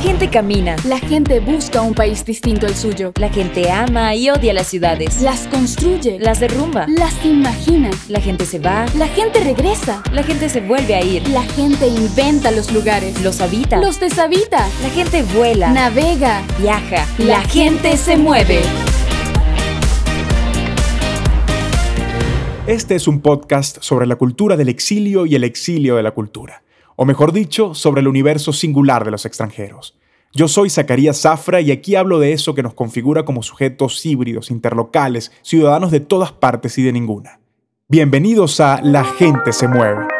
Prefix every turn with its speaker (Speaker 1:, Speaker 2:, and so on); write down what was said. Speaker 1: gente camina.
Speaker 2: La gente busca un país distinto al suyo.
Speaker 1: La gente ama y odia las ciudades.
Speaker 2: Las construye.
Speaker 1: Las derrumba.
Speaker 2: Las imagina.
Speaker 1: La gente se va.
Speaker 2: La gente regresa.
Speaker 1: La gente se vuelve a ir.
Speaker 2: La gente inventa los lugares.
Speaker 1: Los habita.
Speaker 2: Los deshabita.
Speaker 1: La gente vuela.
Speaker 2: Navega.
Speaker 1: Viaja.
Speaker 2: La, gente, se mueve.
Speaker 3: Este es un podcast sobre la cultura del exilio y el exilio de la cultura, o mejor dicho, sobre el universo singular de los extranjeros. Yo soy Zacarías Zafra y aquí hablo de eso que nos configura como sujetos híbridos, interlocales, ciudadanos de todas partes y de ninguna. Bienvenidos a La gente se mueve.